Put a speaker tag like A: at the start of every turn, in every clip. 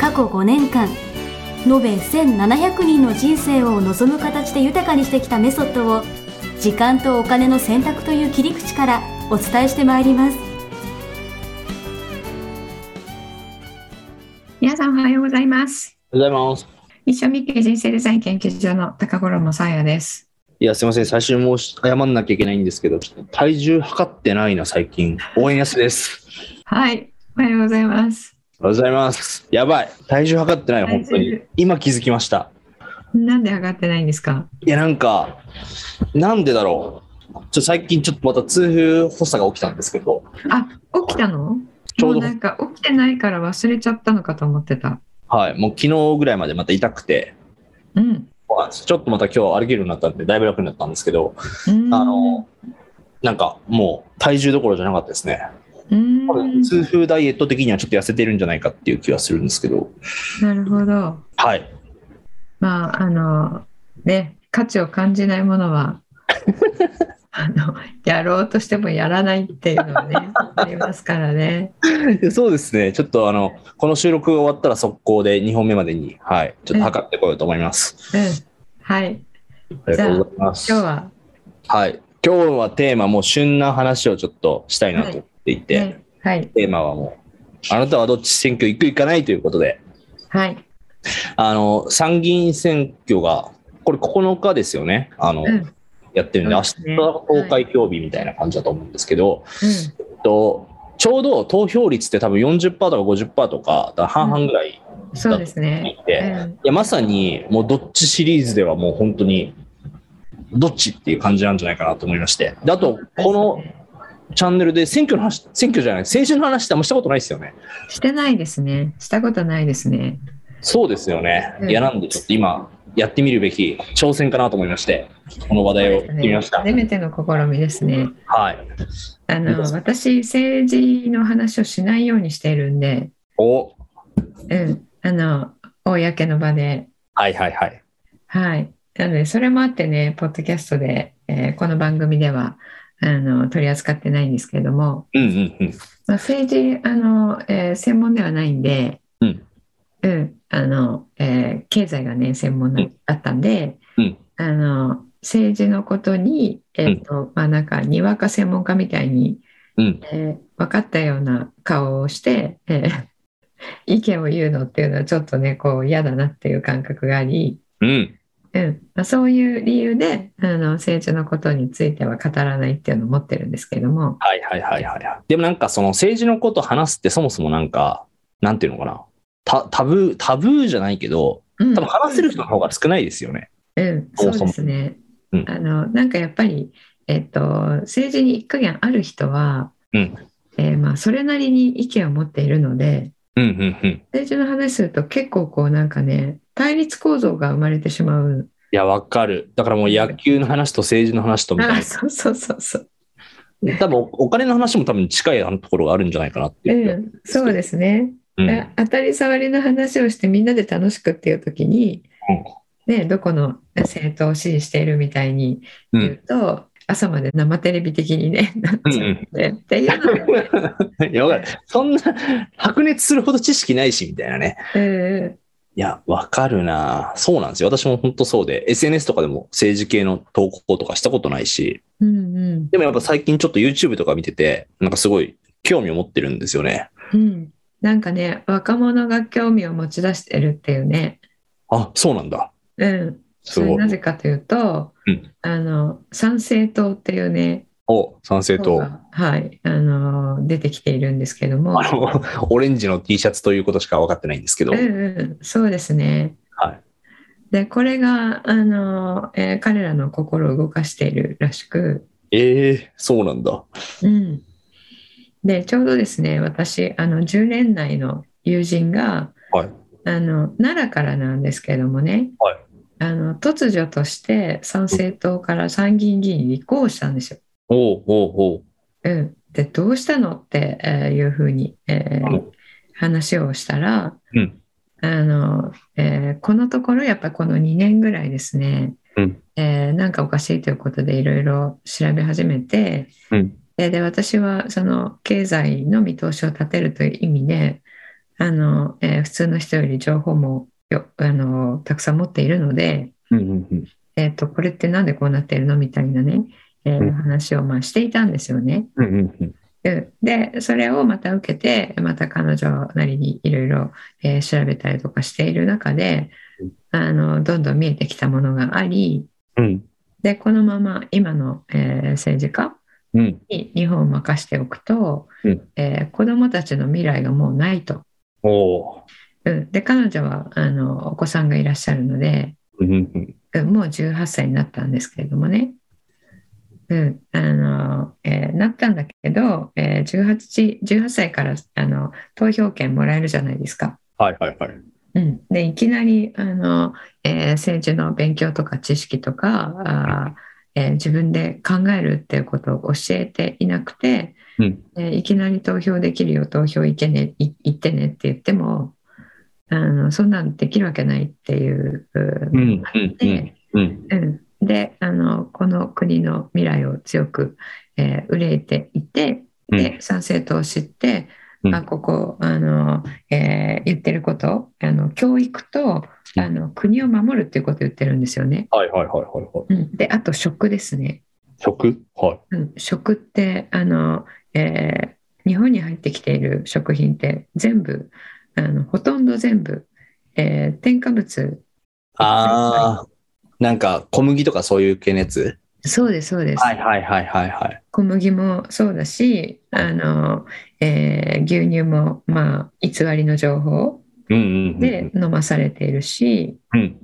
A: 過去5年間延べ1700人の人生を望む形で豊かにしてきたメソッドを時間とお金の選択という切り口からお伝えしてまいります
B: 皆さんおはようございます。
C: おはようございます。
B: 一緒みっけ人生デザイン研究所の高頃もさやです。
C: いや、すいません。最初にもう謝んなきゃいけないんですけど、ちょっと体重測ってないな、最近。応援安です。
B: はい、おはようございます。
C: おはようございます。やばい。体重測ってない、本当
B: 体
C: に
B: 重。
C: 今気づきました。
B: なんで上がってないんですか。
C: いや、なんか、なんでだろう。ちょっと最近ちょっとまた痛風発作が起きたんですけど、
B: あ、起きたの。
C: ちょう
B: も
C: ど
B: なんか起きてないから忘れちゃったのかと思ってた。
C: はい、もう昨日ぐらいまでまた痛くて、
B: うん。
C: そうなんですちょっとまた今日歩けるようになったんで、だいぶ楽になったんですけど、
B: うん
C: あの、なんかもう体重どころじゃなかったですね。
B: うん
C: 多分痛風ダイエット的にはちょっと痩せてるんじゃないかっていう気はするんですけど、
B: なるほど。
C: はい。
B: まあ、あの、ね、価値を感じないものは。 あの、やろうとしてもやらないっていうのはね、ありますからね。
C: で そうですね。ちょっとあの、この収録が終わったら速攻で2本目までに、はい、ちょっと測ってこようと思います。
B: うん。はい、
C: ありがとうございます。
B: 今日は。
C: はい。今日はテーマ、もう旬な話をちょっとしたいなと思っていて、
B: ねはい。
C: テーマはもう、あなたはどっち選挙行く行かないということで、
B: はい。
C: あの、参議院選挙が、これ9日ですよね。あの、
B: うん。
C: やってるんで、
B: そう
C: 明
B: です
C: 日
B: ね
C: 投開票日みたいな感じだと思うんですけど、
B: うん。
C: えっと、ちょうど投票率って多分40%とか50%とか、だから半々ぐらい
B: そうですね。
C: で、いや、まさに、もうどっちシリーズではもう本当に、どっちっていう感じなんじゃないかなと思いまして。であと、このチャンネルで選挙の話、選挙じゃない、政治の話ってあんましたことないですよね。
B: のしてないですね。したことないですね。
C: そうですよね。
B: うん
C: いや、なんでちょっと今、やってみるべき挑戦かなと思いまして、この話題をやってみました。
B: 初めての試みですね。
C: はい。
B: あの私政治の話をしないようにしているんで、
C: お、
B: うん、あの公の場で、
C: はいはいはい。
B: はい。なのでそれもあってね、ポッドキャストで、えーこの番組ではあの取り扱ってないんですけれども、
C: うんうんうん。
B: まあ、政治あの、えー専門ではないんで、
C: うん
B: うんあのえー経済がね専門な
C: うん
B: だったんで、
C: うん
B: あの政治のことに、えーとまあ、なんかにわか専門家みたいに、
C: うん。
B: えー分かったような顔をして、えー意見を言うのっていうのはちょっとねこう嫌だなっていう感覚があり、
C: うん。
B: うんまあ、そういう理由であの政治のことについては語らないっていうのを持ってるんですけれども。
C: はいはいはいはいはい。でもなんかその政治のこと話すってそもそもなんか、なんていうのかな。たタブー、タブーじゃないけど、
B: うん
C: 多分話せる人の方が少ないですよね。
B: うん、そ
C: そ
B: うう
C: もそ
B: で
C: も
B: すね。
C: うん
B: あのなんかやっぱり、えっと、政治に一家言ある人は、
C: うん
B: えーまあ、それなりに意見を持っているので
C: うんうんうん。い
B: 政治の話すると結構こうなんかね対立構造が生まれてしまう。
C: や、わかる。だからもう野球の話と政治の話とみた
B: あ
C: い
B: そうそうそうそう。
C: な。多分おお金の話も多分近いところがあるんじゃないかなって
B: う
C: いう。
B: ん、そうですね、
C: うん。
B: あ当たり障りの話をしてみんなで楽しくっていう時に、ね、どこの政党を支持しているみたいに
C: う。
B: 言うんと、朝まで生テレビ的に、ね、なっ
C: うん
B: ちゃ
C: う
B: って、っていうの がね
C: ん、いやわかるそんな 白熱するほど知識ないしみたいなね。
B: うん
C: いや、わかるなそうなんですよ。私も本当そうで、SNS とかでも政治系の投稿とかしたことないし、
B: うんうん
C: でもやっぱ最近ちょっと YouTube とか見てて、なんかすごい興味を持ってるんですよね。
B: うん、なんかね若者が興味を持ち出してるっていうね、
C: あ、そうなんだ。
B: うん、
C: す
B: それ
C: ご。
B: ないぜかというと、
C: うん
B: あの参政党っていうね
C: お、賛成
B: 党
C: と。
B: が、はい、あの出てきているんですけども、
C: あの、 オレンジの T シャツということしか分かってないんですけど。
B: うんうん、そうですね。
C: はい
B: でこれがあの、えー彼らの心を動かしているらしく、
C: ええそうなんだ。
B: うん、でちょうどですね私あの10年来の友人が、
C: はい
B: あの奈良からなんですけどもね、
C: はい
B: あの突如として参政党から参議院議員に立候補したんですよ。
C: おうおうおう
B: うん、でどうしたのってえーいうふうに、えー
C: うん
B: 話をしたら、
C: うん
B: あのえーこのところやっぱりこの2年ぐらいですね、
C: うん
B: えーなんかおかしいということでいろいろ調べ始めて、
C: うん
B: でで私はその経済の見通しを立てるという意味であの、えー普通の人より情報もよあのたくさん持っているので、
C: うんうんうん
B: えー、とこれってなんでこうなっているのみたいなね、えー
C: うん
B: 話をまあしていたんですよね。
C: うんうんうん
B: うんでそれをまた受けてまた彼女なりにいろいろえー調べたりとかしている中で
C: うん
B: あのどんどん見えてきたものがあり
C: うん
B: でこのまま今の、えー政治家
C: うん
B: に日本を任しておくと、
C: うん
B: えー子どもたちの未来がもうないと。
C: おう
B: うん、で彼女はあのお子さんがいらっしゃるので、
C: うんうん
B: うんもう18歳になったんですけれどもね、うんあのえーなったんだけど、えー 18, 18歳からあの投票権もらえるじゃないですか。
C: はいはいはい
B: うん、でいきなりあの、えー政治の勉強とか知識とかあー、えー自分で考えるっていうことを教えていなくて、
C: うん
B: えーいきなり投票できるよ投票行けねい行ってねって言ってもあのそんなんできるわけないっていう
C: うん
B: のがあ
C: うん
B: って。
C: うんうん
B: うん、であのこの国の未来を強く、えー憂えていて
C: うん
B: で参政党を知って、
C: うん
B: あここあの、えー言ってることあの教育とあの国を守るっていうことを言ってるんですよね。
C: はいはいはいはいはい
B: うん、であと食ですね。
C: 食はい
B: うん、食ってあの、えー日本に入ってきている食品って全部あのほとんど全部、えー添加物
C: ああ、なんか小麦とかそういう系のやつ
B: そうですそうです。
C: はいはいはいはいはい。
B: 小麦もそうだしあの、えー牛乳も、まあ、偽りの情報
C: うんうん
B: で飲まされているし、
C: うん。うん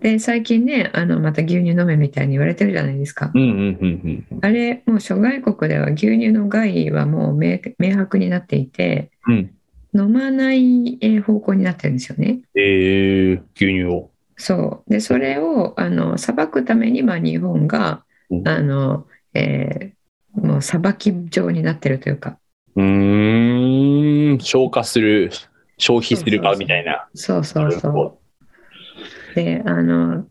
B: で最近ねあのまた牛乳飲めみたいに言われてるじゃないですか。
C: うんうんうんうん
B: あれもう諸外国では牛乳の害はもう明明白になっていて
C: うん。
B: 飲まないえー方向になってるんですよね。
C: えー、牛乳を。
B: そうでそれをあの裁くために、まあ、日本が
C: うん
B: あの、えーもう裁き状になってるというか
C: うーん、消化する、消費する
B: そうそう
C: か
B: そう
C: みたいな。
B: そうそう
C: なる
B: そう
C: ほ。ど
B: であの、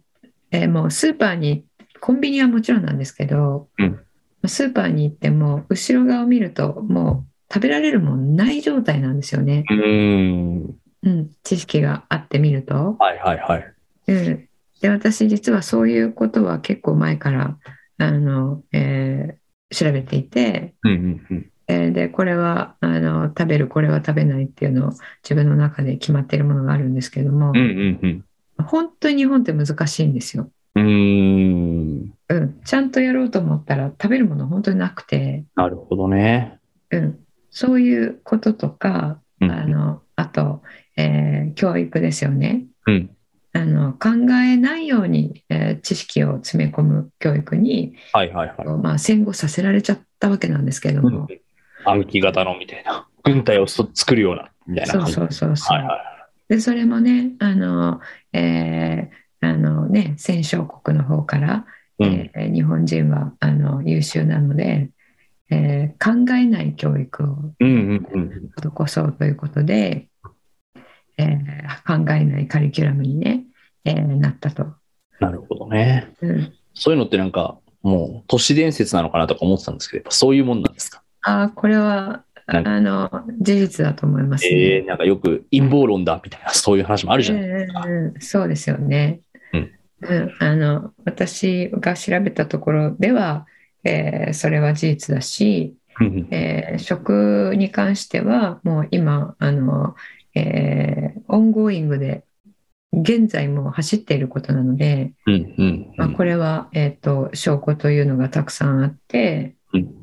B: えーもうスーパーにコンビニはもちろんなんですけど、
C: うん
B: スーパーに行っても後ろ側を見るともう食べられるもんない状態なんですよね、
C: うーん。
B: うん、知識があってみると。
C: はいはいはい。
B: うん、で私実はそういうことは結構前からあの、えー調べていて、
C: うんうんうん。
B: えーでこれはあの食べるこれは食べないっていうのを自分の中で決まっているものがあるんですけども、
C: うんうん
B: 本当に日本って難しいんですよ。
C: うん。うーん。
B: うん、ちゃんとやろうと思ったら食べるもの本当になくて、
C: なるほどね。
B: うん、そういうこととか
C: う
B: あ
C: ん。
B: のあと、えー教育ですよね
C: うん。
B: あの考えないように、えー知識を詰め込む教育に、
C: はいはいはい。
B: まあ、戦後させられちゃったわけなんですけども、
C: 暗記型のみたいな。軍隊をそ作るような、みたいな
B: そう
C: 感じ。
B: そうそうそう、
C: はいは
B: でそれもねあの、えーあのね戦勝国の方から、
C: い。うん。
B: えー日本人はあの優秀なので、えー考えない教育を
C: うんうんうん。
B: 施そうということで、えー考えないカリキュラムに、ねえーなったと、
C: なるほどね。
B: うん、
C: そういうのってなんか、もう都市伝説なのかなとか思ってたんですけど、やっぱそういうもんなんですか。
B: あーこれはあ
C: なんか
B: あの事実だと思います
C: え
B: ね。
C: ー、なんかよく陰謀論だみたいな、そういう話もあるじゃない。
B: うんうんうんそうですよね、
C: うん
B: うんあの私が調べたところでは、えーそれは事実だし、
C: うん
B: えー食に関してはもう今あの、えーオンゴーイングで現在も走っていることなので、
C: うんうんう
B: まあ、
C: ん
B: これは、えー、と証拠というのがたくさんあって、
C: うん
B: うん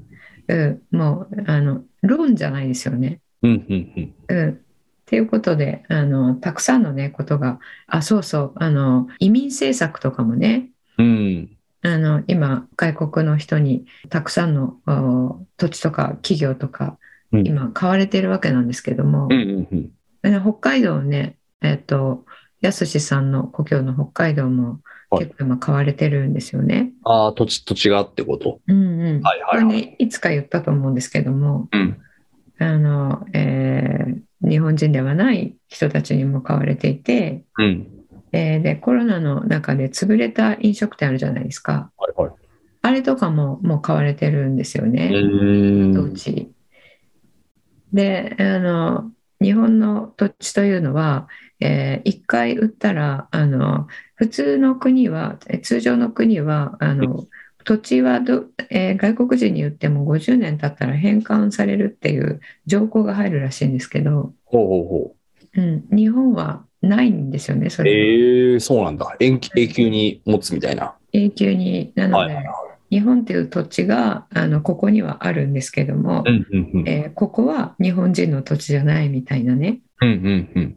B: もうあの論じゃないですよね。
C: うんうん
B: うん、っていうことであのたくさんの、ね、ことがあそうそうあの移民政策とかもね
C: うんうん
B: あの今外国の人にたくさんのお土地とか企業とか
C: うん
B: 今買われてるわけなんですけども、
C: うんうんうん
B: え北海道をねえっと、やすしさんの故郷の北海道も
C: はい
B: 結構今買われてるんですよね。
C: ああ、土地、土地がってこと。
B: うんうん。
C: はい
B: こ
C: はい
B: れ
C: はい。
B: ね、いつか言ったと思うんですけども、
C: うん。
B: あの、えー日本人ではない人たちにも買われていて、
C: うん。
B: えーで、コロナの中で潰れた飲食店あるじゃないですか。
C: はいはい。
B: あれとかももう買われてるんですよね。
C: う
B: 土
C: ん。
B: 地。で、あの、日本の土地というのは、えー一回売ったら、あの、普通の国は、え通常の国は、あの、土地はど、えー外国人に売っても50年経ったら返還されるっていう条項が入るらしいんですけど、
C: ほうほうほ。
B: うん、日本はないんですよね、そうれ。
C: ええそうなんだ。延期、永久に持つみたいな。
B: 永久に。なの
C: はい
B: で、
C: はいは
B: 日本っていう土地が、あの、ここにはあるんですけども
C: い。う、んうんうん。
B: えーここは日本人の土地じゃないみたいなね。
C: うんうんうん。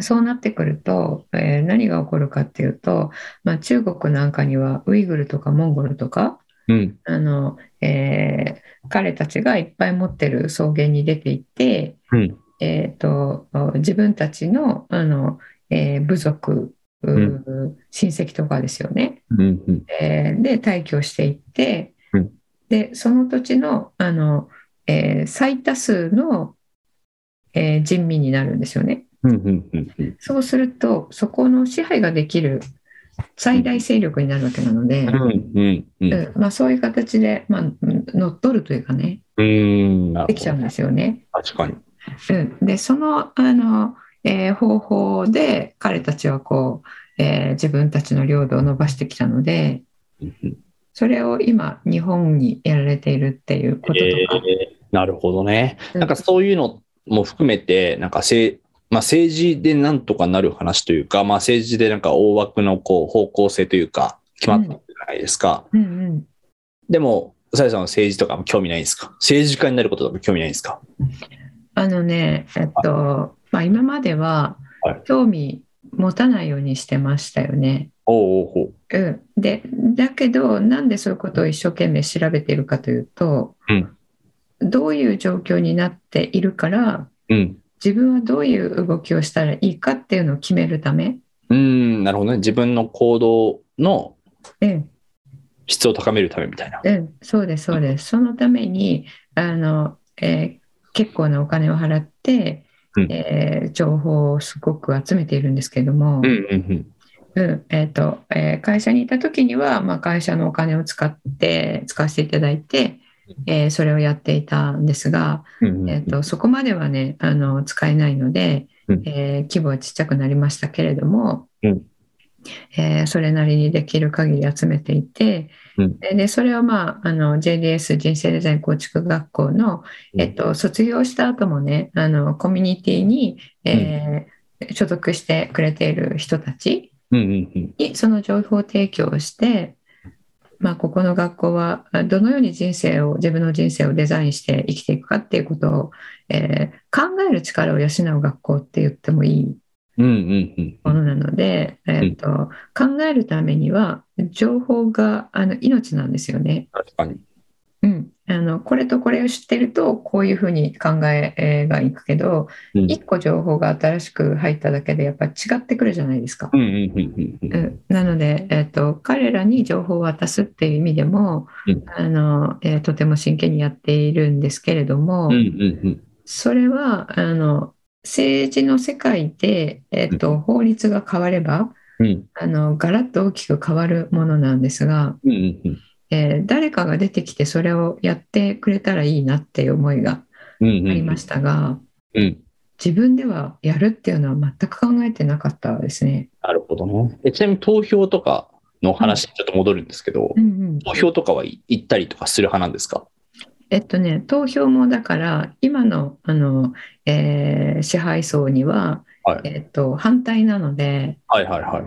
B: そうなってくると、えー何が起こるかっていうと、まあ、中国なんかにはウイグルとかモンゴルとか
C: うん。
B: あの、えー彼たちがいっぱい持ってる草原に出ていって、
C: うん
B: えーと自分たちのあの、えー部族、うー親戚とかですよね、
C: うんうん。
B: えーで退去していって、
C: うん
B: でその土地のあの、えー最多数の、えー人民になるんですよね。
C: うんうんうんうん。
B: そうすると、そこの支配ができる最大勢力になるわけなので、
C: うんうんう
B: う
C: ん。
B: んまあ、そういう形で、まあ、乗っ取るというかね、
C: うーん。なる
B: でき
C: ほ
B: ちゃ
C: ど
B: うんですよね。
C: 確かに。
B: うん、で、そのあの、えー方法で彼たちはこう、えー自分たちの領土を伸ばしてきたので、
C: うんうん
B: それを今、日本にやられているっていうこととか。
C: えーなるほどね。
B: うん
C: なんかそういうのも含めて、なんかせ、まあ、政治でなんとかなる話というか、まあ、政治でなんか大枠のこう方向性というか、決まったじゃないですか。
B: うんうん、
C: でも、さやさんは政治とかも興味ないんですか政治家になることとか興味ないんですか
B: あのね、えっと、まあ、今までは
C: はい
B: 興味持たないようにしてましたよね。
C: おうおうおう。
B: うん、でだけどなんでそういうことを一生懸命調べているかというと、
C: うん
B: どういう状況になっているから
C: うん。
B: 自分はどういう動きをしたらいいかっていうのを決めるため、
C: うーん、なるほどね。自分の行動の
B: うん
C: 質を高めるためみたいな。
B: うん、そうですそうですそのためにあの、えー結構なお金を払って、
C: うん
B: えー情報をすごく集めているんですけども、
C: うんうん
B: うんえーとえー会社にいた時には、まあ、会社のお金を使って使わせていただいて、えーそれをやっていたんですが、
C: うんうんうん。
B: えー、とそこまではねあの使えないので、
C: うん
B: えー規模はちっちゃくなりましたけれども、
C: うん
B: えーそれなりにできる限り集めていて、
C: うん
B: ででそれを、まあ、あの JDS 人生デザイン構築学校の、
C: うん
B: えっと、卒業した後もねあのコミュニティに、えー所属してくれている人たち、
C: うんうんうん。
B: にその情報提供をして、まあ、ここの学校はあどのように人生を自分の人生をデザインして生きていくかっていうことを、えー考える力を養う学校って言ってもいい
C: うんうんう
B: も
C: ん。
B: のなので、えーと考えるためには情報があの命なんですよね。
C: 確かに。
B: うん、あのこれとこれを知ってるとこういうふうに考ええーがいくけど
C: うん
B: 1個情報が新しく入っただけでやっぱり違ってくるじゃないですか
C: う。んうんうんうん
B: う
C: うん。
B: んなので、えー、と彼らに情報を渡すっていう意味でも、
C: うん
B: あのえーとても真剣にやっているんですけれども、
C: うんうんうん。
B: それはあの政治の世界で、えーと
C: う
B: 法律が変われば
C: うん
B: あのガラッと大きく変わるものなんですが、
C: うんうんうん。
B: えー誰かが出てきてそれをやってくれたらいいなっていう思いがあ
C: あ
B: りましたが、
C: た。うん。
B: 自分ではやるっていうのは全く考えてなかったですね。
C: なるほどね。えちなみに投票とかの話にちょっと戻るんですけど、
B: うんうん
C: 投票とかは行ったりとかする派なんですか
B: えっとね、投票もだから今の、あの、えー支配層には、
C: はい
B: えっと、反対なので
C: はいはいはい。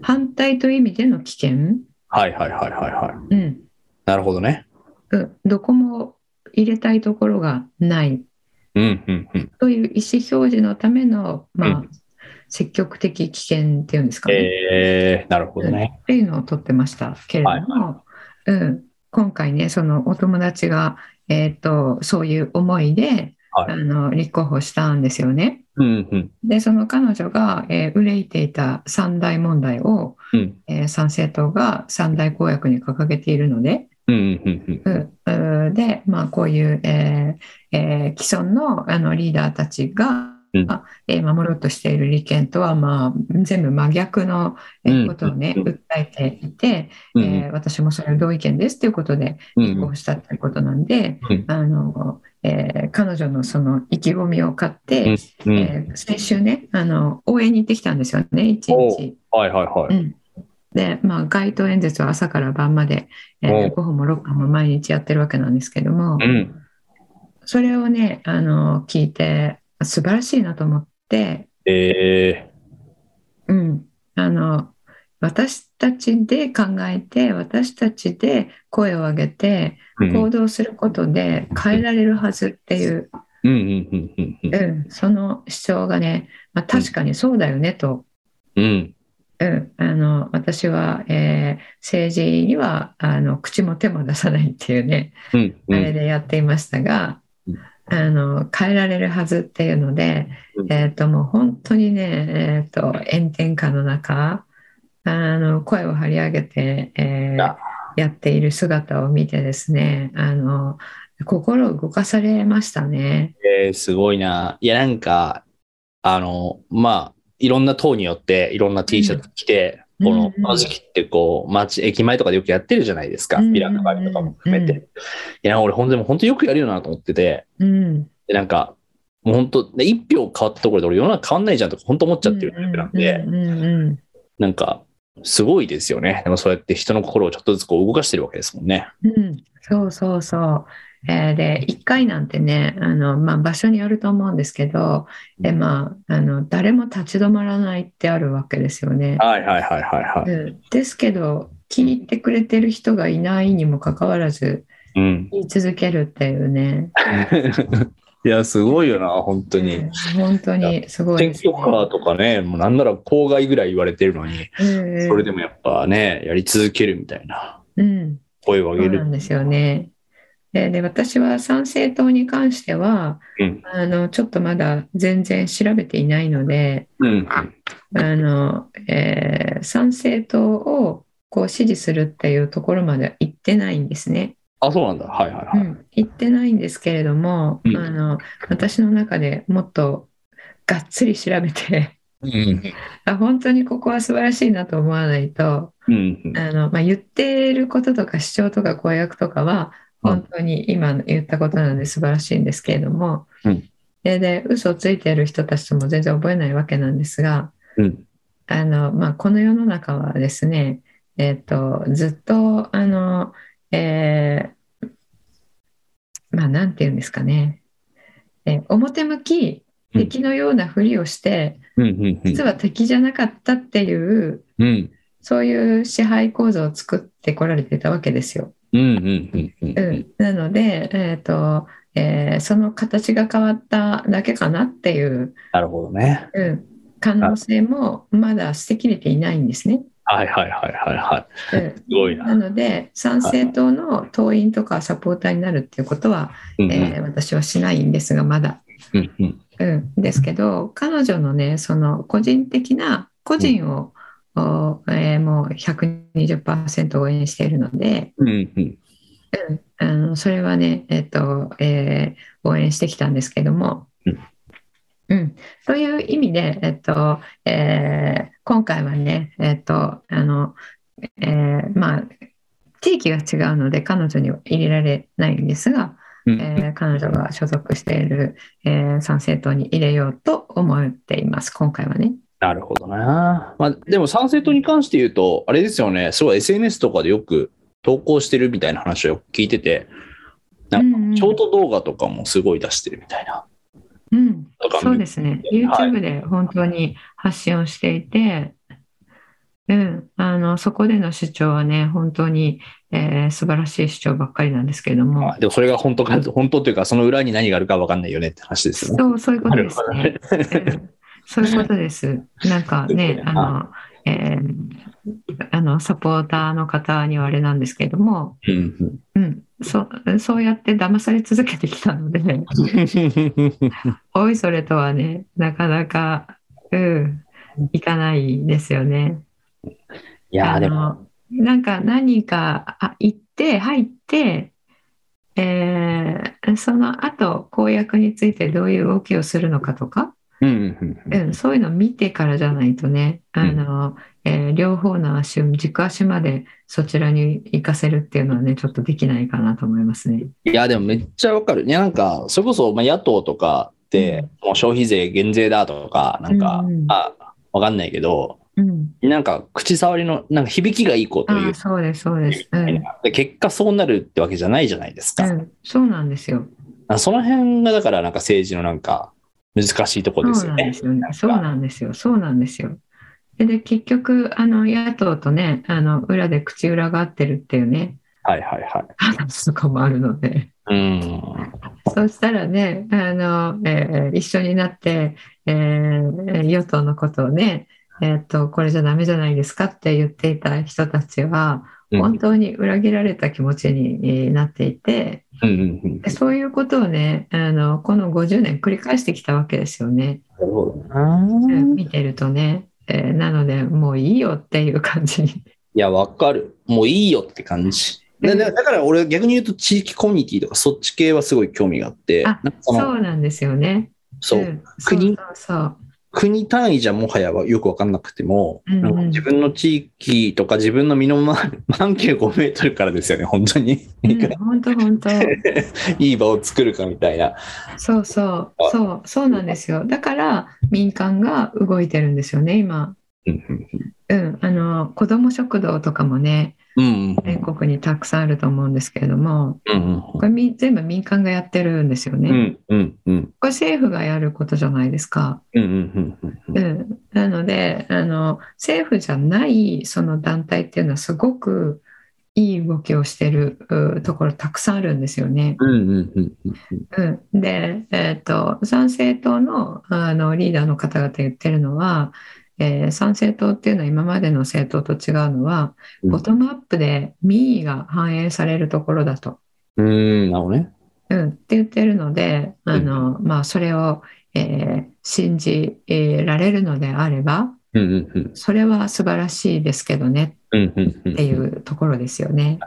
B: 反対という意味での危険、
C: はいはいはいはいはい。
B: うん、
C: なるほどね。
B: うんどこも入れたいところがない
C: うんうんうん。
B: という意思表示のための、まあ
C: う
B: 積極的危険っていうんですかね、
C: えー、なるほどね
B: っ。ていうのを取ってましたけれども、うん、今回ねそのお友達が、えっとそういう思いで、
C: はい
B: あの立候補したんですよね。
C: うんうん
B: で、その彼女が、えー憂いていた三大問題を、
C: うん
B: えー三政党が三大公約に掲げているので、
C: うんうんうん
B: うんうんで、まあ、こういう、えーえー既存のあのリーダーたちが、
C: うん
B: えー守ろうとしている利権とは、まあ、全部真逆の、えー
C: うん
B: ことをね、
C: うん
B: 訴えていて、
C: うん
B: えー私もそれを同意見ですということで
C: うん
B: 立候補したということなんで、
C: うん
B: あのえー彼女のその意気込みを買って、
C: うんうん
B: えー先週ねあの応援に行ってきたんですよね一日。
C: はいはいは
B: う
C: い。
B: んでまあ、街頭演説は朝から晩まで、え
C: おう
B: ー、5本も6本も毎日やってるわけなんですけども
C: うん。
B: それをねあの聞いて素晴らしいなと思って、
C: え
B: うん、あの私たちで考えて私たちで声を上げて
C: ー。うん
B: 行動することで変えられるはずっていう、
C: うんうんうんうん
B: うん、その主張がね、まあ、確かにそうだよねと
C: うん。うん。
B: うん、あの私は、えー政治にはあの口も手も出さないっていうね、
C: うんう
B: あれ
C: ん。
B: でやっていましたが、
C: うん
B: あの変えられるはずっていうので、
C: うん
B: えー、ともう本当にね、えー、と炎天下の中あの声を張り上げて、えー
C: あ
B: やっている姿を見てですねあの心を動かされましたね。
C: えー、すごいな。いや、なんか、あの、まあ、いろんな党によって、いろんな T シャツ着て、
B: うん
C: こ
B: うん
C: の、
B: うん
C: この時期ってこう、街、駅前とかでよくやってるじゃないですか。
B: うん
C: ビラ配りとかも含め
B: うん
C: て。いや、俺、ほんとでも本当よくやるよなと思ってて、
B: うん、
C: でなんか、もう本当で一票変わったところで俺世の中変わんないじゃんとか、本当思っちゃってるタイプなんで、
B: うんうんうん
C: なんか、すごいですよね。でもそうやって人の心をちょっとずつこう動かしてるわけですもんね。
B: うん、そうそうそう。えーで1回なんてねあの、まあ、場所によると思うんですけどで、まあ、あの誰も立ち止まらないってあるわけですよね。
C: はいはいはいはいはい。
B: うん、ですけど聞いてくれてる人がいないにもかかわらず
C: うん。
B: 言い続けるっていうね、
C: いや、すごいよな、本当
B: う
C: に
B: ん。本当にすごい
C: 選
B: です、
C: 挙カーとかね、もうなんなら郊外ぐらい言われてるのに、
B: うんうん
C: それでもやっぱね、やり続けるみたいな、
B: うん
C: 声を
B: そ
C: 上
B: う
C: げ
B: な
C: る。
B: んですよね。でで私は参政党に関しては、
C: うん
B: あのちょっとまだ全然調べていないので、
C: うん。
B: あの、えー参政党をこう支持するっていうところまでは行ってないんですね。
C: あ、そうなんだ。はいは
B: う
C: いはい。
B: ん、行ってないんですけれども、
C: うん
B: あの私の中でもっとがっつり調べて
C: うん。
B: あ本当にここは素晴らしいなと思わないと
C: うん。
B: あの、まあ、言っていることとか主張とか公約とかは
C: うん
B: 本当に今言ったことなんで素晴らしいんですけれども、
C: うん
B: でで嘘をついている人たちとも全然覚えないわけなんですが。
C: うん。
B: あの、まあ、この世の中はですね、えっと、ずっと、あの、えーまあ、なんて言うんですかね、えー表向き
C: うん
B: 敵のようなふりをして、
C: うん。うん。
B: 実は敵じゃなかったっていう、
C: うん。
B: そういう支配構造を作ってこられていたわけですよ。
C: うん。うん。うん。
B: う
C: うん。
B: ん、なので、えっと、えーその形が変わっただけかなっていう、
C: なるほどね。
B: うん、可能性もまだ捨てきれていないんですね。
C: はいはいはいはいはい。
B: うん
C: すごいな。
B: なので、参政党の党員とかサポーターになるっていうことは、
C: うん。う
B: え
C: ん
B: ー私はしないんですが、まだ。
C: うん。うん。
B: うん、ですけど、彼女のね、その個人的な、個人を、おえーもう120%応援しているので、
C: うん。うん。
B: あのそれはね、えっとえー応援してきたんですけども、
C: うん
B: うん、という意味で、えっとえー今回はね、えっとあのえーまあ、地域が違うので彼女には入れられないんですが、
C: うん。
B: えー彼女が所属している、えー参政党に入れようと思っています今回はね。
C: なるほどな。まあ、でも参政党に関して言うと、あれですよね、すごい SNS とかでよく投稿してるみたいな話をよく聞いてて、なん
B: うんうん
C: ショート動画とかもすごい出してるみたいな。
B: うん、
C: とか
B: そうですね、
C: はい
B: YouTube で本当に発信をしていて、うん、あのそこでの主張はね、本当に、えー素晴らしい主張ばっかりなんですけれども、
C: でもそれが本当か、本当というか、その裏に何があるか分かんないよねって話ですよね。
B: そうそういうことです
C: な
B: ね
C: る。
B: うんそういうことです。なんかね、あの、えーあのサポーターの方にはあれなんですけれども、
C: うんうん
B: うん、そそうやって騙され続けてきたので、 おいそれとはね、なかなか、うん、いかないですよね。
C: いやー
B: あ
C: でも、
B: のなんか何かあ行って入って、えーその後公約についてどういう動きをするのかとか、
C: うんうんうん
B: うん、そういうのを見てからじゃないとねあの、えー両方の足を軸足までそちらに行かせるっていうのはねちょっとできないかなと思いますね。
C: いや、でもめっちゃわかる。いや、なんか、それこそ、まあ、野党とかって、もう消費税減税だとか、なんか、
B: うんうん
C: あ、わかんないけど、
B: うん、
C: なんか、口触りの、なんか響きがいい子とい
B: あ
C: う
B: ー。そうですそうです、うん
C: で結果そうなるってわけじゃないじゃないですか。
B: うん、そうなんですよ。
C: あその辺がだからなんか政治のなんか難しいとこですよね。
B: そうなんですよね。そうなんですよ。そうなんですよ。でで結局あの野党とねあの裏で口裏が合ってるっていうね
C: はいはいはい。
B: 話とかもあるの で
C: うん。
B: そうしたらねあの、えー一緒になって、えー与党のことをね、えーっとこれじゃダメじゃないですかって言っていた人たちは
C: うん
B: 本当に裏切られた気持ちにえーなっていて
C: うんうんうん。
B: でそういうことをねあのこの50年繰り返してきたわけですよね。
C: なるほどな。い
B: 見てるとね、えーなのでもういいよっていう感じに。
C: や、わかる。もういいよって感じ。ででだから俺逆に言うと地域コミュニティとかそっち系はすごい興味があって、
B: あ
C: なんかその
B: そうなんですよね。
C: そう
B: うん
C: 国
B: そうそう
C: 国単位じゃもはやはよくわかんなくても、
B: うんうん
C: なんか自分の地域とか自分の身の回り、半径5メートルからですよね、本当に。
B: そう。うん、本当本 当。
C: いい場を作るかみたいな。
B: そうそうそうそうなんですよ。だから民間が動いてるんですよね今。
C: うんうん
B: うん、あの子ども食堂とかもね
C: うんうん
B: 全国にたくさんあると思うんですけれども
C: うんうん
B: これみ全部民間がやってるんですよね。
C: うんうんうん
B: これ政府がやることじゃないですか。
C: うんうんうんうん
B: うん、なのであの政府じゃないその団体っていうのはすごくいい動きをしてるうところたくさんあるんですよね。
C: うんうんうんうん
B: うん、で、えー、と参政党のあのリーダーの方々言ってるのは、えー参政党っていうのは今までの政党と違うのは
C: うん
B: ボトムアップで民意が反映されるところだと。
C: うーん、なるほどね。
B: うん、って言ってるので、あの、まあ、それを、えー信じえーられるのであれば、
C: うんうんうん
B: それは素晴らしいですけどね
C: うんうんうん
B: っていうところですよね。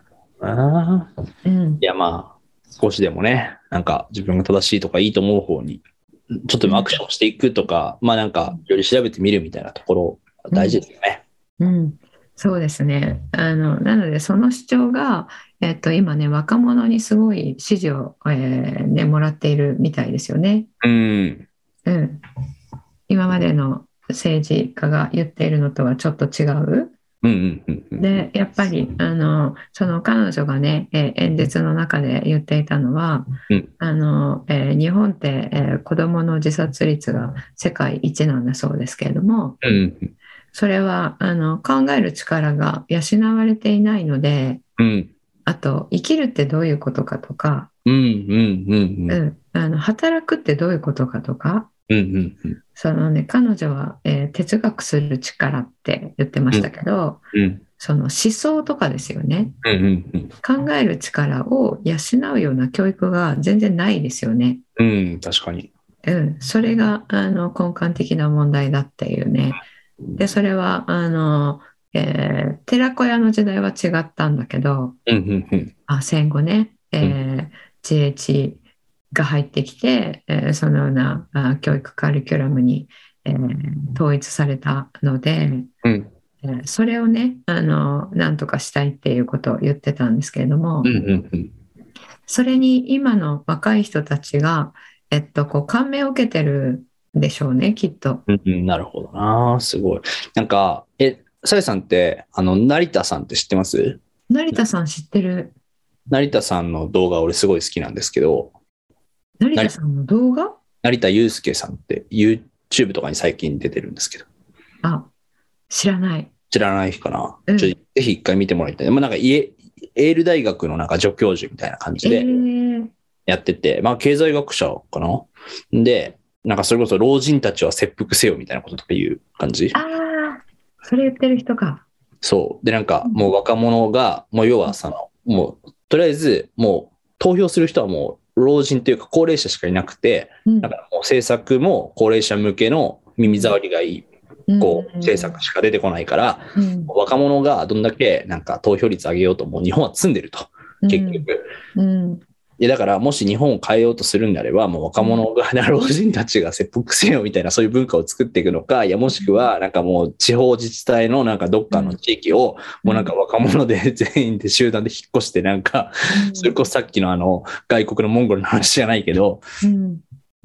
C: ああ。
B: うん
C: い、や、まあ、少しでもね、なんか自分が正しいとかいいと思う方に、ちょっとでもアクションしていくとか、まあなんか、より調べてみるみたいなところ、大事ですよね。
B: うん、そうですね。あの、なので、その主張が、えっと、今ね、若者にすごい支持を、えーね、もらっているみたいですよね。
C: うん。
B: うん。今までの政治家が言っているのとはちょっと違う。
C: うんうんうんうん。
B: でやっぱりあのその彼女がね、えー演説の中で言っていたのは、
C: うん
B: あのえー日本って、えー子どもの自殺率が世界一なんだそうですけれども
C: うんうん
B: それはあの考える力が養われていないので
C: うん。
B: あと生きるってどういうことかとか、
C: うんうんうんうん。
B: うんあの働くってどういうことかとか
C: うんうんうん
B: その、ね、彼女は、えー哲学する力って言ってましたけど、
C: うん
B: その思想とかですよね。
C: うんうん
B: 考える力を養うような教育が全然ないですよね。
C: うん。うん、確かに。
B: うん、それがあの根幹的な問題だっていうね。で、それはあの、えー寺子屋の時代は違ったんだけど、
C: うんうんうん。
B: あ戦後ね、えー GH が入ってきて、えーそのようなあ教育カリキュラムに、えー統一されたので、
C: うん
B: えーそれをねあの、なんとかしたいっていうことを言ってたんですけれども、
C: うんうんうん。
B: それに今の若い人たちが、えっと、こう感銘を受けてるんでしょうね、きっと。
C: うんうん、なるほどな。すごい。なんか、え、さやさんって、あの、成田さんって知ってます
B: 成田さん知ってる
C: 成田さんの動画俺すごい好きなんですけど、
B: 成田さんの動画
C: 成田悠介さんって YouTube とかに最近出てるんですけど、
B: あ、知らない。
C: 知らないかな、
B: うん
C: ちょぜひ一回見てもらいたい。まあ、なんか家、エール大学のなんか助教授みたいな感じ
B: え
C: で
B: ー、
C: やってて、まあ経済学者かなで、なんかそれこそ老人たちは切腹せよみたいなこととかいう感じ
B: あ。あ、それ言ってる人か。
C: そう。で、なんかもう若者が、もう要はその、もうとりあえずもう投票する人はもう老人というか高齢者しかいなくて、
B: うん
C: だからもう政策も高齢者向けの耳障りがいい、こう、政策しか出てこないから、
B: うん
C: 若者がどんだけなんか投票率上げようともう日本は詰んでると、結局。
B: うん
C: いやだからもし日本を変えようとするんであれば、もう若者が、老人たちが切腹せよみたいなそういう文化を作っていくのか、いやもしくはなんかもう地方自治体のなんかどっかの地域を、もうなんか若者で 全員で集団で引っ越してなんか、それこそさっきのあの外国のモンゴルの話じゃないけど、
B: うん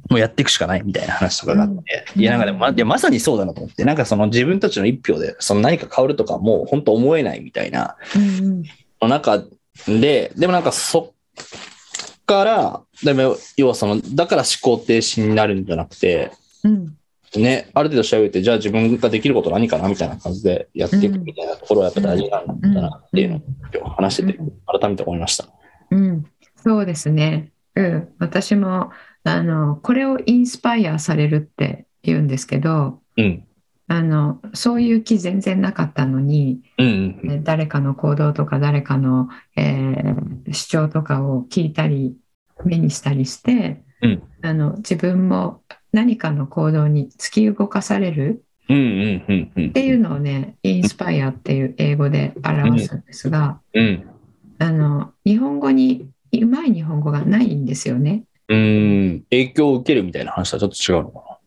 C: もうやっていくしかないみたいな話とかがあって、
B: うん
C: いやなんかでもまいやまさにそうだなと思って、なんかその自分たちの一票でその何か変わるとかもう本当思えないみたいな
B: うん
C: の中で、でもなんかそっから、でも要はその、だから思考停止になるんじゃなくて、
B: うん
C: ね、ある程度調べて、じゃあ自分ができること何かなみたいな感じでやっていくみたいなところはやっぱ大事なんだなっていうのを今日話してて、改めて思いました。
B: うんそうですね、うん、私もあのこれをインスパイアされるって言うんですけど
C: うん。
B: あのそういう気全然なかったのに
C: うんうんうん。
B: ね誰かの行動とか誰かの、えー主張とかを聞いたり目にしたりして、
C: うん
B: あの自分も何かの行動に突き動かされる
C: うんうんうんうん。っ
B: っていうのをねインスパイアっていう英語で表すんですが、
C: うん。
B: あの日本語にうまい日本語がないんですよね。
C: うん。影響を受けるみたいな話とはちょっと違うのか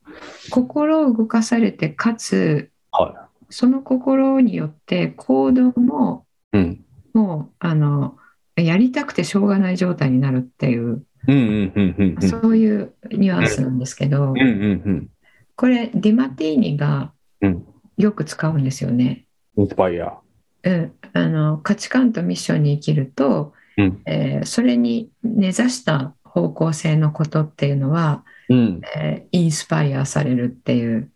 B: 心を動かされてかつ
C: な。は
B: その心によって行動も
C: い。うん。
B: もうあのやりたくてしょうがない状態になるっていう
C: うんうんうんうんうん。
B: そういうニュアンスなんですけど、
C: うんうん
B: これディマティーニが
C: うん
B: よく使うんですよね。
C: うん。インスパイア。
B: うん、あの価値観とミッションに生きると、
C: うん
B: えーそれに根ざした方向性のことっていうのは、
C: うん。
B: えーインスパイアされるっていう。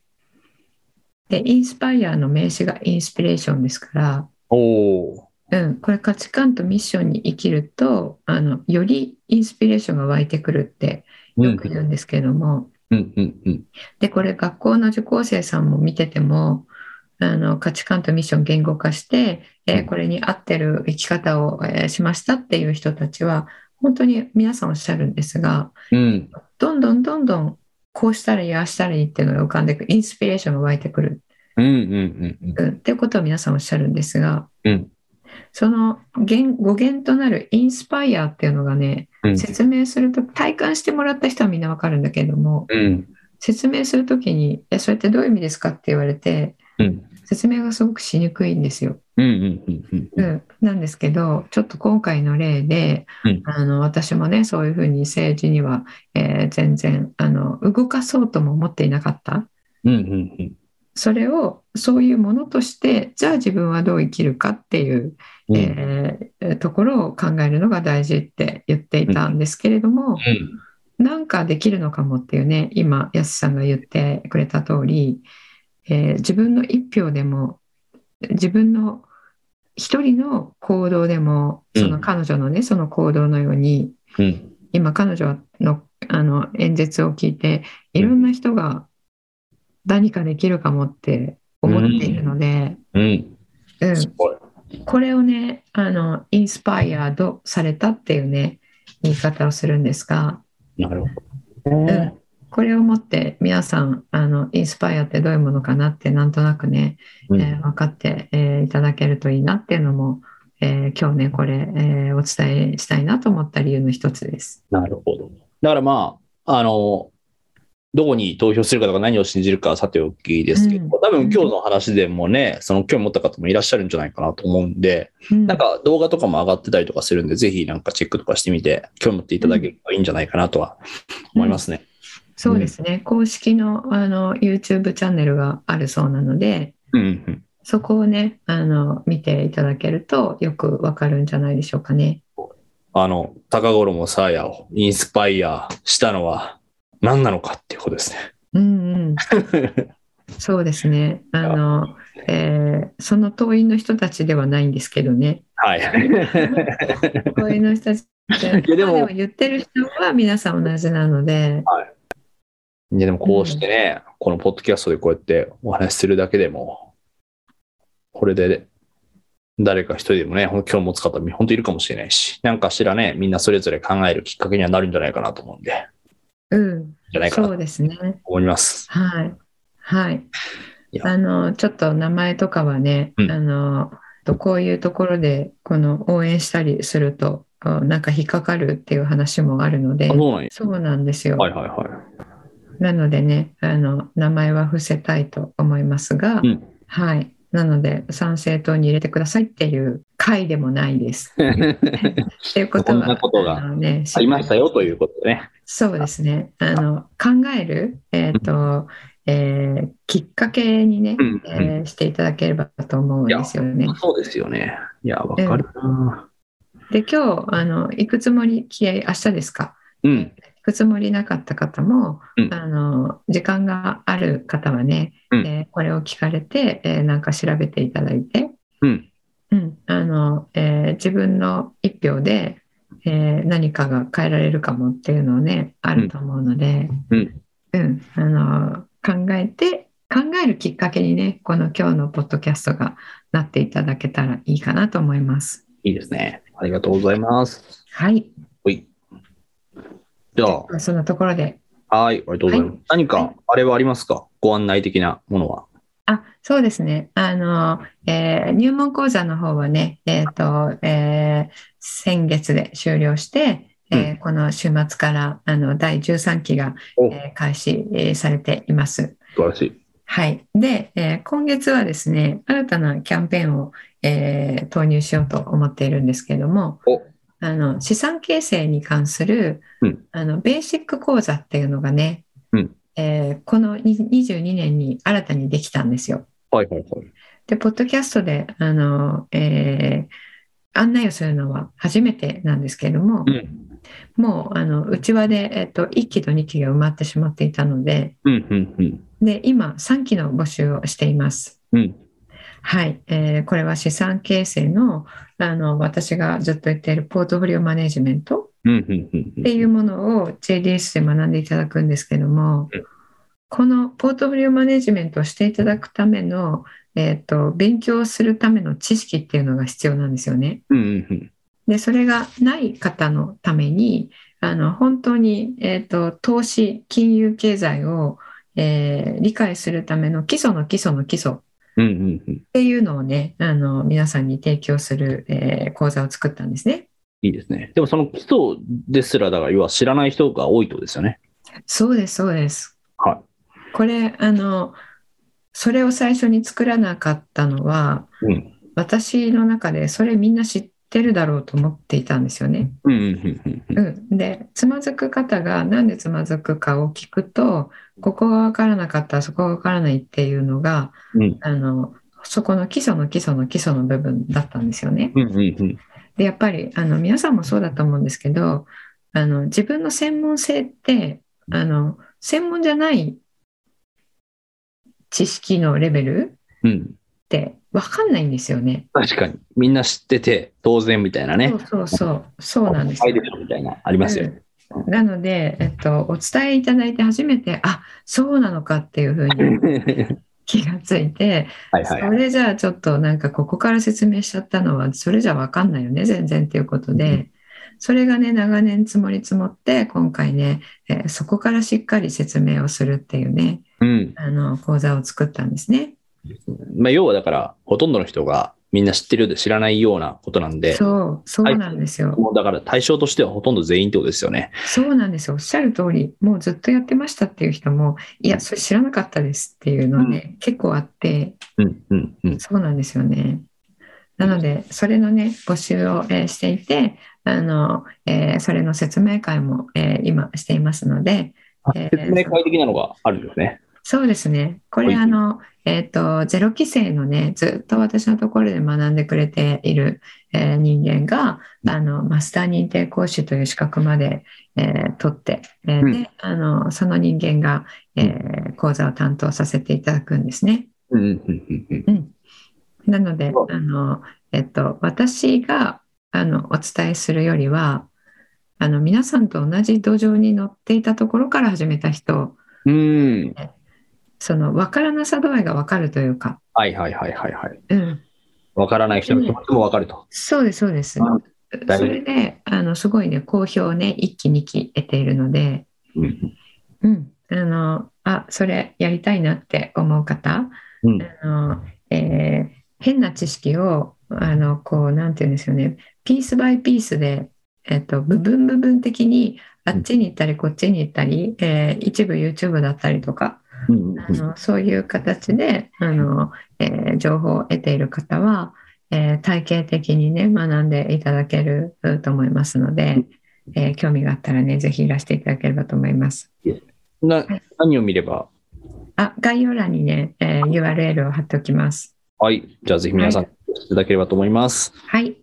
B: でインスパイアの名詞がインスピレーションですか
C: おー。
B: ら、うん、これ価値観とミッションに生きるとあのよりインスピレーションが湧いてくるって
C: う
B: よ
C: ん
B: く言うんですけども、
C: うんうんうん。
B: でこれ学校の受講生さんも見ててもあの価値観とミッション言語化して、えーこれに合ってる生き方を、えーしましたっていう人たちは本当に皆さんおっしゃるんですが
C: うん。
B: どんどんどんどんこうしたらいいああしたらいいっていうのが浮かんでくるインスピレーションが湧いてくる、
C: うんうんうん
B: うんっていうことを皆さんおっしゃるんですが
C: うん。
B: その言語源となるインスパイアっていうのがね
C: うん。
B: 説明すると体感してもらった人はみんなわかるんだけども
C: うん。
B: 説明するときにえ「それってどういう意味ですか?」って言われて
C: うん。
B: 説明がすごくしにくいんですよ。
C: うんうんうん
B: う
C: うん。
B: ん、なんですけどちょっと今回の例で、
C: うん
B: あの私もねそういうふうに政治には、えー全然あの動かそうとも思っていなかった
C: うんうんうん。
B: それをそういうものとしてじゃあ自分はどう生きるかっていう、
C: うん
B: えーところを考えるのが大事って言っていたんですけれども、なんかできるのかもっていうね今やすさんが言ってくれた通り、えー自分の一票でも自分の一人の行動でも
C: うん
B: その彼女のね、その行動のように
C: うん。
B: 今彼女のあの演説を聞いていろんな人が何かできるかもって思っているので、
C: うん。
B: うん
C: すごい。
B: これをねあのインスパイアードされたっていうね言い方をするんですが。
C: なるほど。ね
B: これをもって皆さんあのインスパイアってどういうものかなってなんとなくね、
C: うん
B: えー分かって、えーいただけるといいなっていうのも、えー今日ねこれ、えーお伝えしたいなと思った理由の一つです。
C: なるほど。だからまあ、あの、どこに投票するかとか何を信じるかはさておきですけど、
B: うん
C: 多分今日の話でもね、その興味持った方もいらっしゃるんじゃないかなと思うんで、なんか動画とかも上がってたりとかするんで、ぜひなんかチェックとかしてみて、興味持っていただけるといいんじゃないかなとは思いますね。
B: そうですね公式のあの YouTube チャンネルがあるそうなので
C: うんうん。
B: そこをねあの見ていただけるとよくわかるんじゃないでしょうかね。
C: あの、高頃もサーヤをインスパイアしたのは何なのかっていうことですね。
B: うんうん、そうですね あの、えーその党員の人たちではないんですけどね。
C: はい。
B: こういうの人たちって
C: いやでも
B: まあ言ってる人は皆さん同じなので、
C: いやでもこうしてね、このポッドキャストでこうやってお話しするだけでも、これで誰か一人でもね、ほん興味持つ方、本当いるかもしれないし、なんかしらね、みんなそれぞれ考えるきっかけにはなるんじゃないかなと思うんで、
B: うん、
C: じゃないかな
B: そう
C: と
B: ですね。
C: 思います。
B: はい。はい
C: い。や
B: あの、ちょっと名前とかはね、
C: うん
B: あの、とこういうところで、この応援したりすると、あなんか引っかかるっていう話もあるので
C: あ、、そうなんや。
B: そうなんですよ。
C: はいはいはい。
B: なのでね、あの、名前は伏せたいと思いますが、
C: うん
B: はい。なので、参政党に入れてくださいっていう回でもないです。 っていうことは、
C: こんなことが
B: あのね、
C: ありましたよということでね。
B: そうですね。あの考える、えーとえーきっかけにね、
C: うん
B: えーしていただければと思うんですよね。
C: そうですよね。いや、わかるな。
B: で今日あの行くつもり気合い明日ですか
C: うん。
B: 行くつもりなかった方も、
C: うん
B: あの時間がある方はね、
C: うん
B: えーこれを聞かれて、えーなんか調べていただいて、
C: うん。
B: うんあのえー自分の一票で、えー何かが変えられるかもっていうのねあると思うので、
C: うん
B: うんあの考えて考えるきっかけにねこの今日のポッドキャストがなっていただけたらいいかなと思います。
C: いいですね。ありがとうございます。
B: はい、
C: ほい。じゃあ、
B: そんなところで
C: はい、ありがとうございます。
B: は
C: 何か、あれはありますかご案内的なものは。
B: あ、そうですね。あの、えー入門講座の方はね、えっと、えー先月で終了して、えーこの週末から、あの、第13期が、
C: お
B: えー開始えーされています。
C: 素晴らしい。
B: はい。で、えー今月はですね、新たなキャンペーンを、えー投入しようと思っているんですけれども
C: お、
B: あの、資産形成に関する
C: うん、
B: あの、ベーシック講座っていうのがね
C: うん、
B: えーこの22年に新たにできたんですよ。
C: はいはいはい。
B: で、ポッドキャストで、あの、えー案内をするのは初めてなんですけれども
C: う、ん。
B: もう、あの、うちわで、えっと、1期と2期が埋まってしまっていたので、
C: うん、うん、うん。
B: で、今、3期の募集をしています。
C: うん。
B: はい。えーこれは資産形成の、あの、私がずっと言っているポートフォリオマネジメント
C: うん、うん、うん。
B: っていうものを JDS で学んでいただくんですけども
C: うん、
B: このポートフォリオマネジメントをしていただくための、えー、と勉強するための知識っていうのが必要なんですよね。
C: うん、うん、うん。
B: でそれがない方のためにあの本当に、えー、と投資金融経済を、えー理解するための基礎の基礎の基礎っ
C: うん、うん、うん。
B: ていうのをねあの皆さんに提供する、えー講座を作ったんですね。
C: いいですね。でもその基礎ですら、だから、要は知らない人が多いってことですよね。
B: そうですそうです。
C: は。
B: これあのそれを最初に作らなかったのはい
C: うん。
B: 私の中でそれみんな知ってるだろうと思っていたんですよね。
C: うん、うん、うん、うん。
B: うん、でつまずく方がなんでつまずくかを聞くとここが分からなかったそこが分からないっていうのが
C: うん
B: あのそこの基礎の基礎の基礎の部分だったんですよね。
C: うん、うん、うん。
B: でやっぱりあの皆さんもそうだと思うんですけどあの自分の専門性ってあの専門じゃない知識のレベル
C: うん。
B: って分かんないんですよね。
C: 確かに。みんな知ってて、当然みたいなね
B: そう。そうそうそうなんです
C: は
B: よ
C: いでしょみたいな、ありますよ。
B: うんなので、えっと、お伝えいただいて初めてあそうなのかっていうふうに
C: は
B: 気がついて、
C: いはい
B: そ
C: はい。
B: れじゃあちょっとなんかここから説明しちゃったのはそれじゃ分かんないよね全然っていうことで、
C: うん
B: それがね長年積もり積もって今回ね、えーそこからしっかり説明をするっていうね
C: うん。
B: あの講座を作ったんですね。
C: まあ、要はだから、ほとんどの人がみんな知ってるようで知らないようなことなんで、
B: そうそうなんですよ、
C: もうだから対象としてはほとんど全員ってことですよね。
B: そうなんですよおっしゃる通りもうずっとやってましたっていう人もいやそれ知らなかったですっていうのね、結構あって
C: うんうんうん。
B: そうなんですよね。なので、それのね、募集を、えーしていて、あの、えーそれの説明会も、えー今していますので、えー
C: 説明会的なのがあるんですね。
B: そうですね。こ
C: は
B: れ、
C: い
B: あの、えっと、ゼロ規制のね、ずっと私のところで学んでくれている、えー人間が、あの、マスター認定講師という資格まで、えー取って、えー
C: うん
B: で、あの、その人間が、えー講座を担当させていただくんですね。
C: うんうんうんうん。
B: なので
C: そう、
B: あの、えっと、私が、あの、お伝えするよりは、あの、皆さんと同じ土壌に乗っていたところから始めた人、
C: うん。
B: その、分からなさ度合いが分かるというか、
C: はいはいはいはいはい。
B: うん。
C: わからない人の気持ちもわかると。
B: そうです、そうです
C: あ。だい
B: そ
C: ぶ
B: れで、あの、すごいね、好評をね、一期二期得ているので、うん、あの、あ、それやりたいなって思う方、
C: うん
B: あの、えー変な知識を、あの、こう、なんて言うんですよね、ピースバイピースで、えっと、部分部分的に、あっちに行ったり、こっちに行ったり、えー一部 YouTube だったりとか、
C: うん
B: あのそういう形であの、えー情報を得ている方は、えー体系的にね学んでいただけるうんと思いますので、えー興味があったらねぜひいらしていただければと思います。
C: な何を見れば
B: あ概要欄にね、えー URL を貼っておきます。
C: はい。じゃあぜひ皆さん、いただければと思います。
B: はい。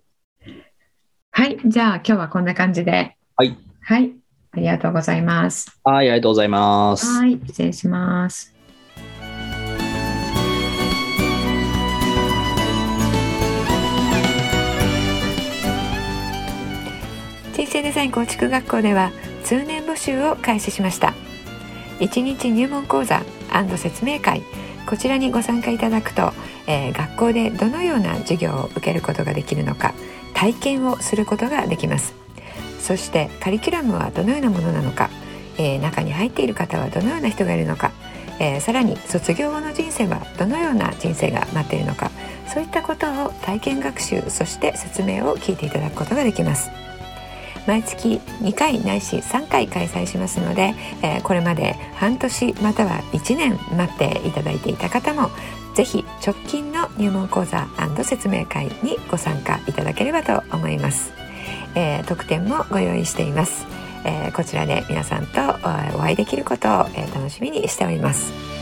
B: はい。じゃあ今日はこんな感じで。
C: はい。
B: はい。ありがとうございます。
C: はい、ありがとうございます。
B: はい。失礼します。
D: 人生デザイン構築学校では通年募集を開始しました1日入門講座説明会こちらにご参加いただくと、えー学校でどのような授業を受けることができるのか体験をすることができますそしてカリキュラムはどのようなものなのか、えー中に入っている方はどのような人がいるのか、えーさらに卒業後の人生はどのような人生が待っているのかそういったことを体験学習そして説明を聞いていただくことができます毎月2回ないし3回開催しますので、えーこれまで半年または1年待っていただいていた方もぜひ直近の入門講座説明会にご参加いただければと思います、えー特典もご用意しています、えーこちらで皆さんとえーお会いできることをえー楽しみにしております